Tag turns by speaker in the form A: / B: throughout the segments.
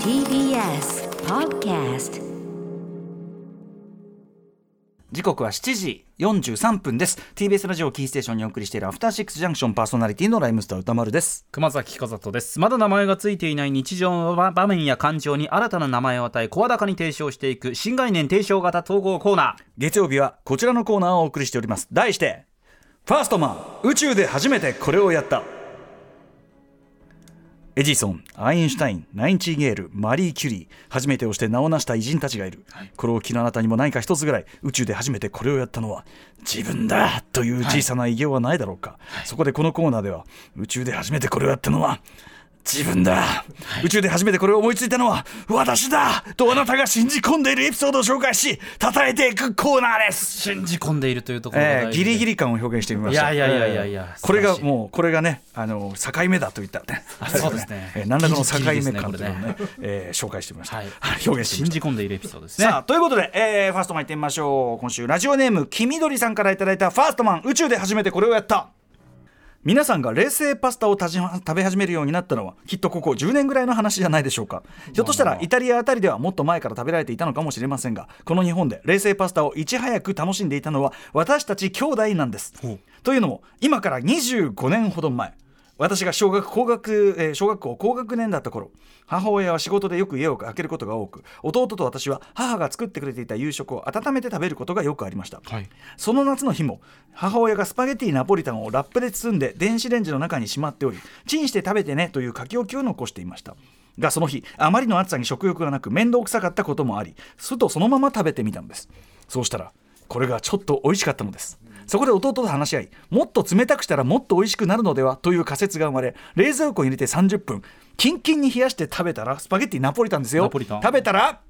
A: TBS Podcast
B: 時刻は7時43分です TBS ラジオキーステーションにお送りしているアフターシックスジャンクションパーソナリティのライムスター歌丸です
C: 熊崎彦里ですまだ名前がついていない日常の場場面や感情に新たな名前を与え声高に提唱していく新概念提唱型統合コーナ
B: 月曜日はこちらのコーナーをお送りしております題してファーストマン宇宙で初めてこれをやったエジソン、アインシュタイン、ナインチーゲール、マリー・キュリー、初めてをして名を成した偉人たちがいる。これを機のあなたにも何か一つぐらい、宇宙で初めてこれをやったのは、自分だという小さな偉業はないだろうか。そこでこのコーナーでは、宇宙で初めてこれをやったのは、自分だ、宇宙で初めてこれを思いついたのは私だとあなたが信じ込んでいるエピソードを紹介し称えていくコーナーです
C: ー信じ込んでいるというところが大
B: えー
C: 事で
B: ギリギリ感を表現してみました
C: いやいやいやいやいや
B: えー
C: 素晴らしい
B: これがもうこれがねあの境目だと言ったらね
C: あそうですね
B: えー何らかの境
C: ギリギリです
B: 目
C: ね
B: 感というのをね
C: これね
B: えー紹介してみました、
C: はい
B: 表現してみ
C: 信
B: まし
C: じ込んでいるエピソードです
B: た
C: ね
B: さあということで、えーファーストマンいってみましょう今週ラジオネーム黄緑さんからいただいたファーストマン宇宙で初めてこれをやった皆さんが冷製パスタをたじ食べ始めるようになったのはきっとここ10年ぐらいの話じゃないでしょうかひょっとしたらイタリアあたりではもっと前から食べられていたのかもしれませんがこの日本で冷製パスタをいち早く楽しんでいたのは私たち兄弟なんです
C: ほ
B: というのも今から25年ほど前私が小学高学、えー小学校高学年だった頃母親は仕事でよく家を空けることが多く弟と私は母が作ってくれていた夕食を温めて食べることがよくありました、
C: はい
B: その夏の日も母親がスパゲティナポリタンをラップで包んで電子レンジの中にしまっておりチンして食べてねという書き置きを残していましたがその日あまりの暑さに食欲がなく面倒くさかったこともありすとそのまま食べてみたのですそうしたらこれがちょっと美味しかったのですそこで弟と話し合いもっと冷たくしたらもっと美味しくなるのではという仮説が生まれ冷蔵庫に入れて30分キンキンに冷やして食べたらスパゲッティナポリタンですよ
C: ナポリタン
B: 食べたら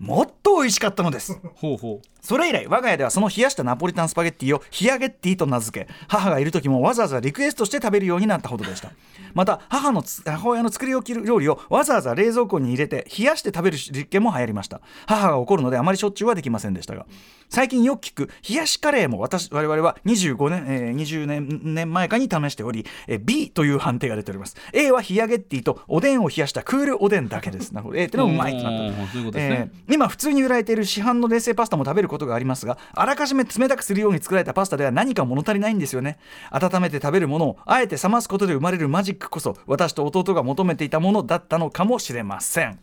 B: もっと美味しかったのです
C: ほうほう
B: それ以来我が家ではその冷やしたナポリタンスパゲッティを冷やゲッティと名付け母がいる時もわざわざリクエストして食べるようになったほどでしたまた母のつ母親の作り置き料理をわざわざ冷蔵庫に入れて冷やして食べる実験も流行りました母が怒るのであまりしょっちゅうはできませんでしたが最近よく聞く冷やしカレーも私我々は25年、えー20年年前かに試しており、えー B という判定が出ております A は冷やゲッティとおでんを冷やしたクールおでんだけですなるほど A ってのはうまいってなった
C: うんそういうことですね
B: えー今普通に売られている市販の冷製パスタも食べることがありますがあらかじめ冷たくするように作られたパスタでは何か物足りないんですよね温めて食べるものをあえて冷ますことで生まれるマジックこそ私と弟が求めていたものだったのかもしれません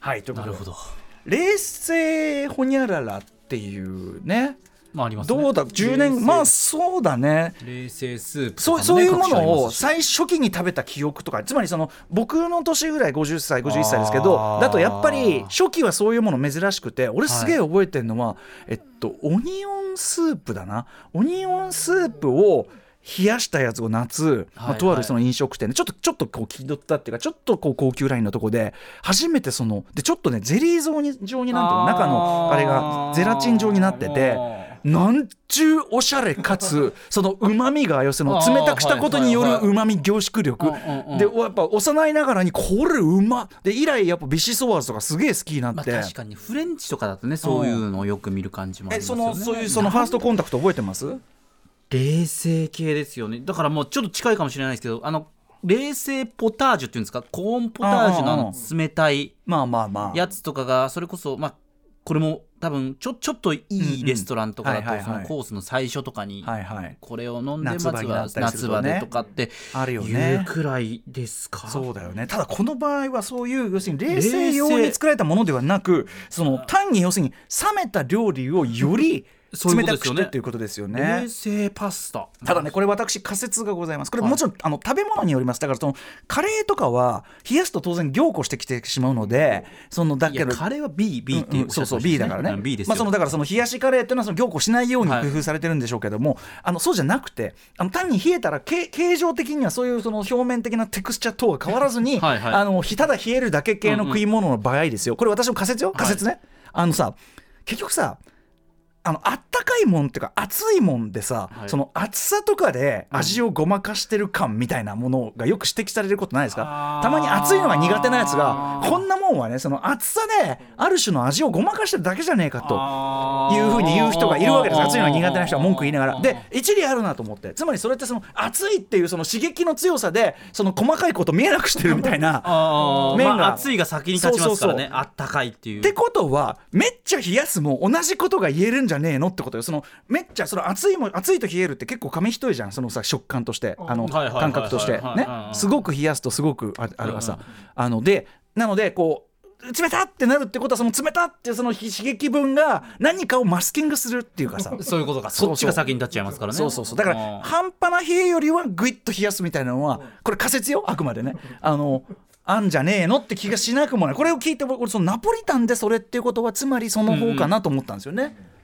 B: はいというこ
C: な
B: と
C: る
B: で
C: ほど
B: 冷製ほにゃららっていうね
C: まあありますね
B: どうだ10年まあ
C: 冷製
B: そうだね
C: 冷製スープと
B: そ
C: か
B: う
C: ね
B: そういうもの
C: 各
B: を
C: 種あり
B: 最初期に食べた記憶とかつまりその僕の年ぐらい50歳51歳ですけど
C: あー
B: だとやっぱり初期はそういうもの珍しくて俺すげえ
C: は
B: 覚えてるのは、えっとオニオンスープだなオニオンスープを冷やしたやつを夏、まあ
C: はい
B: とあるその飲食店でちょっとちょっとこう気取ったっていうかちょっとこう高級ラインのとこで初めてそのでちょっとねゼリー状に状になんていうの中のあれがゼラチン状になってて。なんちゅうおしゃれか つそのうまみがよせの冷たくしたことによ
C: あー
B: る
C: はいはいはいう
B: まみ凝縮力
C: うんうんうん
B: でやっぱ幼いながらにこれうまで以来やっぱビシソワーズとかすげえ好きになっ
C: まあ
B: て、
C: 確かにフレンチとかだとねそういうのをよく見る感じもあり
B: え
C: ますよ
B: そ
C: ね
B: のそういうそのファーストコンタクト覚えてます
C: 冷製系ですよねだからもうちょっと近いかもしれないですけどあの冷製ポタージュっていうんですかコーンポタージュのあ
B: うんうん
C: の冷たい
B: まあまあまあ
C: やつとかがそれこそまあこれも多分ちょちょっとい
B: うんうん
C: いレストランとか
B: はい
C: だ
B: はい
C: とそ
B: はい
C: のコースの最初とかに
B: はいはい
C: これを飲んでまず
B: 夏場にな
C: は
B: ったりする
C: 夏
B: とね
C: 場でとかって
B: あるよね
C: いうくらいですか
B: そうだよねただこの場合はそういう要するに冷製用に作られたものではなくその単に要するに冷めた料理をより
C: そうい
B: 冷た
C: うことで
B: く
C: すよ
B: し
C: ね
B: てっていうことですよね。
C: 冷製パスタ
B: ただねこれ私仮説がございますこれもちろん、あの食べ物によりますだからそのカレーとかは冷やすと当然凝固してきてしまうのでそのだ
C: い
B: け
C: や
B: ど
C: カレーは B B って
B: うん
C: お
B: う
C: っ
B: ん
C: し
B: そ
C: ゃ
B: う
C: って
B: そ
C: ま
B: う B だ
C: したね
B: からね、
C: うん B ですよ
B: まあ、そのだからその冷やしカレーっていうのはその凝固しないように
C: はい
B: 工夫されてるんでしょうけども、あのそうじゃなくてあの単に冷えたらけ形状的にはそういうその表面的なテクスチャー等は変わらずに
C: はいはい
B: あのひただ冷えるだけ系の食い物の場合ですよこれ私の仮説よ仮説ね、あのさ結局さあのあったかいもんっていうか熱いもんでさ、
C: はい
B: その熱さとかで味をごまかしてる感みたいなものがよく指摘されることないですか、
C: あー
B: たまに熱いのが苦手なやつがこんなもんはねその熱さである種の味をごまかしてるだけじゃねえかと
C: と
B: いうふうに言う人がいるわけです熱いのが苦手な人は文句言いながらで
C: で
B: 一理あるなと思ってつまりそれってその熱いっていうその刺激の強さでその細かいこと見えなくしてるみたいな。麺
C: 麺
B: が
C: が熱いが先に立ちますから
B: そうそう
C: ね
B: そ
C: あったかいっていう
B: ってことはめっちゃ冷やすも同じことが言えるんじゃねえのってことよそのめっちゃその熱いも熱いと冷えるって結構紙一重じゃんそのさ食感としてあの
C: はいはいはいはい
B: 感覚として
C: はい
B: ね
C: はいはい
B: すごく冷やすとすごくああれが
C: うん
B: さ
C: うん
B: あのでなのでこう冷たってなるってことはその冷たっていうその刺激分が何かをマスキングするっていうか さ
C: そういうことか
B: そうそう
C: そっちが先に立っちゃいますからね
B: そうそうそうだか
C: う
B: ら
C: ん
B: 半端な冷えよりはグイッと冷やすみたいなのはこれ仮説よあくまでねあのあんじゃねえのって気がしなくもないこれを聞いて僕俺そのナポリタンでそれっていうことはつまりその方かなと思ったんですよね、うん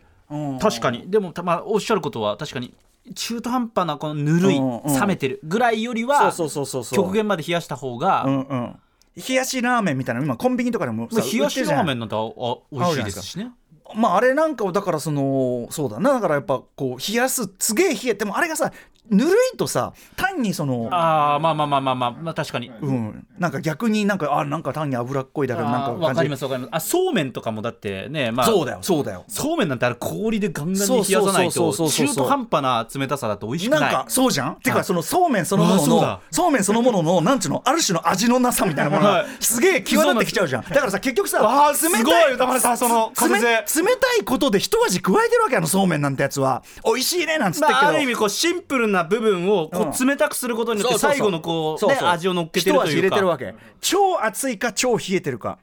C: 確かにでもたまあおっしゃることは確かに中途半端なこのぬるい
B: うんうん
C: 冷めてるぐらいよりは
B: そうそうそうそうそう
C: 極限まで冷やした方
B: う
C: が
B: んうん冷やしラーメンみたいなの今コンビニとかでもさ
C: 冷やしラーメ
B: ン
C: ンなんてああ美味しいですしね
B: まああれなんかをだからそのそうだなだからやっぱこう冷やすすげえ冷えでもあれがさぬるいとさ単にその
C: ああまあまあまあまあまあ、まあ、確かに
B: うん、なんか逆になんかあなんか単に脂っこいだけど
C: あ
B: なん
C: ー
B: か
C: わか
B: 感
C: り
B: じ
C: ますわかりますあそうめんとかもだってねまあ
B: そうだよそうだよ
C: そうめんなんてあれ氷でガンガン
B: そう
C: に冷やさない
B: そう
C: と
B: そうそうそうそう
C: 中途半端な冷たさだと美味しく
B: な
C: なんい
B: かそうじゃん、て
C: は
B: か
C: い
B: そのそうめんそのもの
C: あーそう
B: の
C: だ
B: そうめんそのもののなんちゅうのある種の味のなさみたいなもの
C: は
B: が
C: い
B: すげえ際立ってきちゃうじゃんだからさ結局さ
C: あー
B: 冷た
C: すごい歌丸さんその
B: つ冷
C: 風
B: 冷
C: 情
B: たいことで一味加えてるわけやのそうめんなんてやつは美味しいねなんつってっ
C: ま
B: けど、
C: あ、ある意味こうシンプルな部分をこ
B: うん
C: う冷たくすることによっ
B: そうそうそ
C: て
B: う
C: 最後のこう
B: そう
C: ね
B: そう
C: 味を乗っけてる
B: 一
C: と
B: 味
C: い
B: 入
C: う
B: れ
C: か
B: てるわけ超熱いか超冷えてるか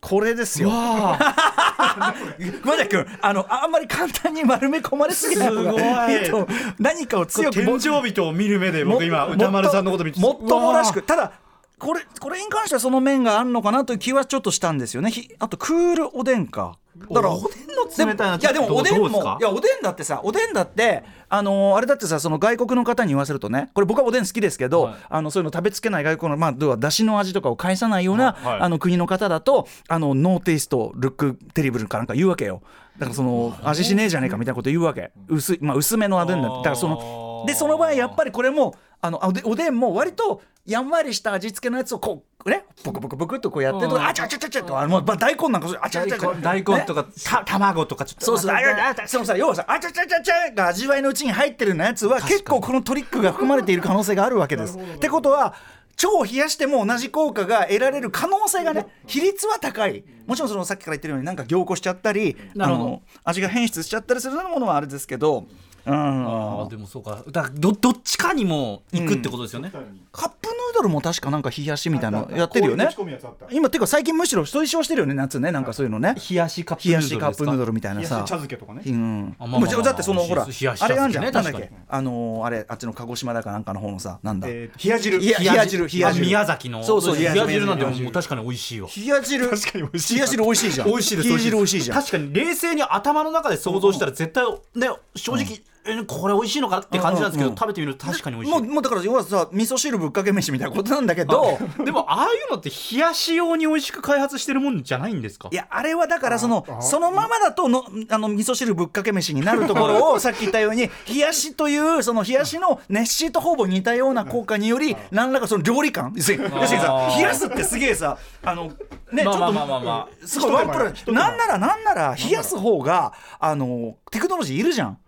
B: これですよ
C: わあ
B: 熊崎君あのああんまり簡単に丸め込まれすぎない方がいい
C: す
B: と
C: ごい
B: 何かを強く
C: 天井人を見る目で僕今歌丸さんのこと見て
B: もっともらしくただこれこれに関してはその面があるのかなという気はちょっとしたんですよねひあとクールおでんかだから
C: おおでんの冷たいの
B: でもいやでもおでん
C: ど
B: も
C: うですか
B: いやおでんだってさおでんだってあのーあれだってさその外国の方に言わせるとねこれ僕はおでん好きですけど、
C: はい
B: あのそういうの食べつけない外国のまあ要はだしの味とかを返さないような、
C: はいはい
B: あの国の方だとあのノーテイストルックテリブルかなんか言うわけよだからその味しねえじゃねえかみたいなこと言うわけ薄いまあ薄めのおでんだってだからそのでその場合やっぱりこれもあのあおでおでんも割とやんわりした味付けのやつをこうねブクブクブクっとこうやってると
C: うん
B: あちゃちゃちゃちゃとあのまあ大根なんかそうあちゃちゃちゃ
C: 大根と
B: か
C: かた卵とかちょっと
B: そうそうあああそのさ要はさあちゃちゃちゃちゃが味わいのうちに入ってるようなやつは結構このトリックが含まれている可能性があるわけです。ってことは超冷やしても同じ効果が得られる可能性がね比率は高いもちろんそのさっきから言ってるようになんか凝固しちゃったりあ
C: なるほど
B: の味が変質しちゃったりするようなものはあれですけど。うん
C: あーでもそうかだからどどっちかにも行くってことですよね、
B: カップヌードルも確かなんか冷やしみたいなのやってるよね
D: あったあった氷ぶち込むやつあった
B: 今てか最近むしろ一人称してるよね夏ねなんかそういうのね
C: 冷やしカップ
B: 冷
C: ヌ
B: や
C: ードルです
B: し
C: か
B: カップヌードルみたいな
D: 冷やし
B: さ
D: 茶漬けとかね
B: うん
C: あまあまあまあ
B: もちろんだってそのほら
C: 冷やし冷やし
B: あれがあるじゃん
C: ね
B: なんだっけ
C: 確かに
B: あのーあれあっちの鹿児島だかなんかの方のさなんだ
D: えー冷や汁
B: いや冷や汁冷や汁
C: あ宮崎の
B: そうそう
C: 冷や汁なんて
B: 冷や
C: もう確かに美味しいよ
B: 冷や汁確かに美味しい冷や汁美味しいじゃん
C: 美味しいです
B: 冷や汁美味しいじゃん
C: 確かに冷静に頭の中で想像したら絶対ね正直、えこれ美味しいのかなって感じなんですけど、
B: うんうんうん
C: 食べてみると確かに美味しい
B: もうもうだから要はさ味噌汁ぶっかけ飯みたいなことなんだけど
C: でもああいうのって冷やし用に美味しく開発してるもんじゃないんですか
B: いやあれはだからその
D: あ
B: そのままだとのあの味噌汁ぶっかけ飯になるとこ ろをさっき言ったように冷やしというその冷やしの熱しとほぼ似たような効果により何らかその料理 感要するに要するにさ
C: あー
B: 冷やすってすげえさあのねちょ
C: ま
B: っと
C: あまあまあまあまあ
B: すごいワンプレ
D: 一
B: ー
D: 手間
B: なんならなんなら冷やす方があのテクノロジーいるじゃん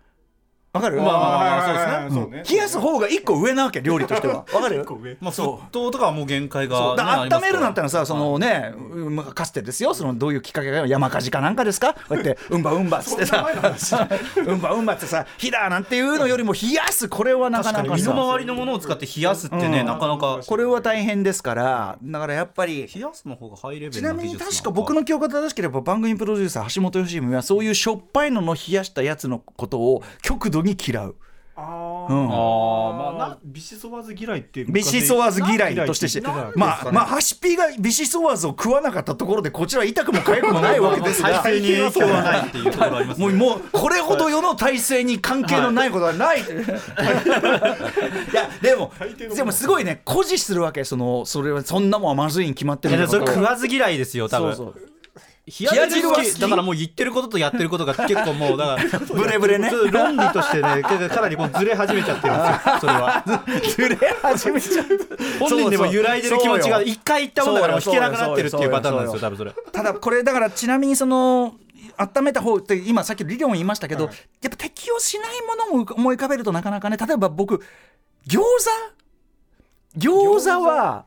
B: わかる
C: まあまあまあまあ
D: はいはいはい
B: うん冷やす方が一個上なわけ料理としてはわかる
D: 一個上
C: まあ、
B: そう
C: 沸騰とかはもう限界
B: そ
C: が、
B: う
C: ね
B: だから温めるなんて
C: あ
B: のはさそのね、うんまあかつてですよそのどういうきっかけが山火事かなんかですかこうやって 「うんばうんば」っつってさ「うんばうんば」ってさ「火だ」なんていうのよりも冷やすこれはな
C: ります
B: か
C: から
B: な
C: 確
B: か
C: かに身
B: さ
C: の回りのものを使って冷やすってね、
B: うん
C: なかなか
B: これは大変ですからだからやっぱり。
C: 冷やすの方がハイレベル
B: ちなみに
C: 技術
B: 確か僕の記憶が正しければ番組プロデューサー橋本良文はそういうしょっぱいのの冷やしたやつのことを極度に嫌う、
D: あ
B: う
D: ー
B: ん、
C: あーまあな
D: ビシソワーズ嫌いって
B: ビシソワーズ嫌いとしてして
D: なんで
B: まあまあハシピがビシソワーズを食わなかったところでこちら痛くも痒くもないわけですが
C: 再生に影響はないっていうところあります
B: もう
C: ね
B: もうこれほど世の体制に関係のないことはない、い、 やでも
D: 抵のもの
B: でもすごいね誇示するわけそのそれはそんなもんはまずいに決まって
C: い
B: る
C: や
B: ん
C: で
B: だ
C: もそ
B: と
C: れ
B: か
C: 食わず嫌いですよ多
B: そう
C: 分
B: そう
C: 冷や汁は
B: 冷や
C: 好
B: 汁は好
C: き
B: き
C: だからもう言ってることとやってることが結構もうだ から
B: ブレブレね
C: ちょっと論理としてねかかなりもうずれ始めちゃってるんですよそれは
B: ずれ始めちゃう
C: 本人でも揺らいでる気持ちが
B: そうよ
C: 一回言ったもんだからもう引けなくなってるっていうパターンなんですよ多分それ
B: ただこれだからちなみにその温めた方って今さっき理論言いましたけど、
D: はい
B: やっぱ適用しないものも思い浮かべるとなかなかね例えば僕餃子餃子は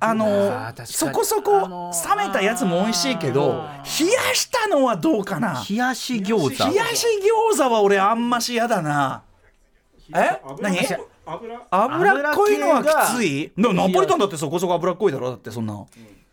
B: あ
C: あー確
B: の
C: かに
B: そこそ
C: あの
B: こ
C: ー
B: 冷めたやつも美味しいけど冷やしたのはどうかな
C: 冷やし餃
B: 冷やし餃子は俺あんまし嫌だなえ
D: 油
B: 何
D: 油
B: 脂っこいのは
C: 油系
B: き
C: が
B: ついでもナポリタンだってそこそこ脂っこいだろだってそんな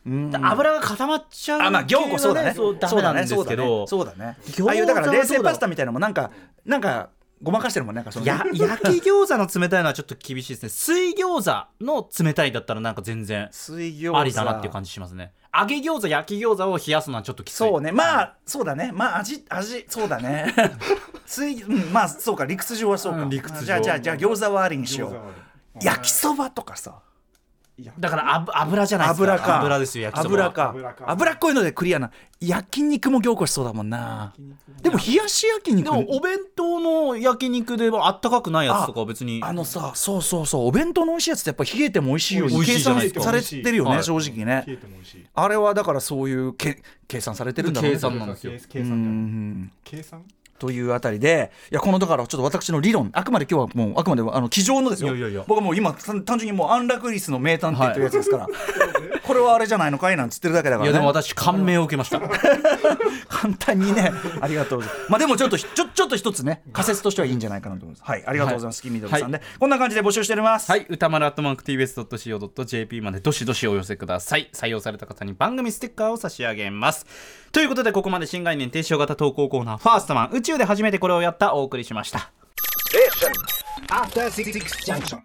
B: うん
C: 油が固まっちゃう
B: あまあ凝固そうだね
C: そうダメなんですけど
B: そうだねそうだね
C: 餃子
B: ああいうだから冷製パスタ
C: はどうだろう
B: みたいなのもなんかなんかごまかしてるもんねなんかその
C: や焼き餃子の冷たいのはちょっと厳しいですね水餃子の冷たいだったらなんか全然
B: 水餃子
C: ありだなっていう感じしますね揚げ餃子焼き餃子を冷やすのはちょっときつい
B: そうねまあそうだねまあ味味そうだ ね水うんまあそうか理屈上はそうか
C: うん理屈上
B: じゃあじゃあじゃあ餃子はありにしよ
D: 餃子
B: う
D: はある
B: 焼きそばとかさ
D: 焼き
C: だから油油じゃないですか
B: 油か
C: 油ですよ焼きそばは
B: 油か
D: 油か
B: 油っこいのでクリアな焼肉も凝固しそうだもんなでも冷やし焼肉
C: でもお弁当の焼肉でもあったかくないやつとかは別に
B: あのさそうそうそうお弁当の美味しいやつってやっぱ冷えても美味しいように
C: 美味し
B: 計
C: いじゃ
B: 算
C: ないですか
B: されてるよ
C: 美
B: ね
C: 味しい
B: 正直
D: 冷え
B: ね
D: ても美味しい
B: あれはだからそういうけ計算されてるんだろうね
C: 計算なんですよ
D: 計計
B: う
D: 算じゃない
B: ん
D: 計算
B: というあたりでいやこのだからちょっと私の理論あくまで今日はもうあくまであの机上のですよ
C: いやいやいや
B: 僕はもう今単単純にもう安楽率の名探偵というやつですから、 これはあれじゃないのかいなんつってるだけだか
C: い
B: ら、ね、
C: やでも私感銘を受けました
B: 簡単にね、ありがとうございます。まあでもちょっとひちょちょっと一つね、仮説としてはいいんじゃないかなと思います。はい、ありがとうございます。月見鳥さんで、こんな感じで募集しております。
C: はい歌丸アットマーク TBS.CO.JP までどしどしお寄せください採用された方に番組ステッカーを差し上げますということでここまで新概念提唱型投稿コーナーファーストマン宇宙で初めてこれをやったお送りしました
E: After Six Junction.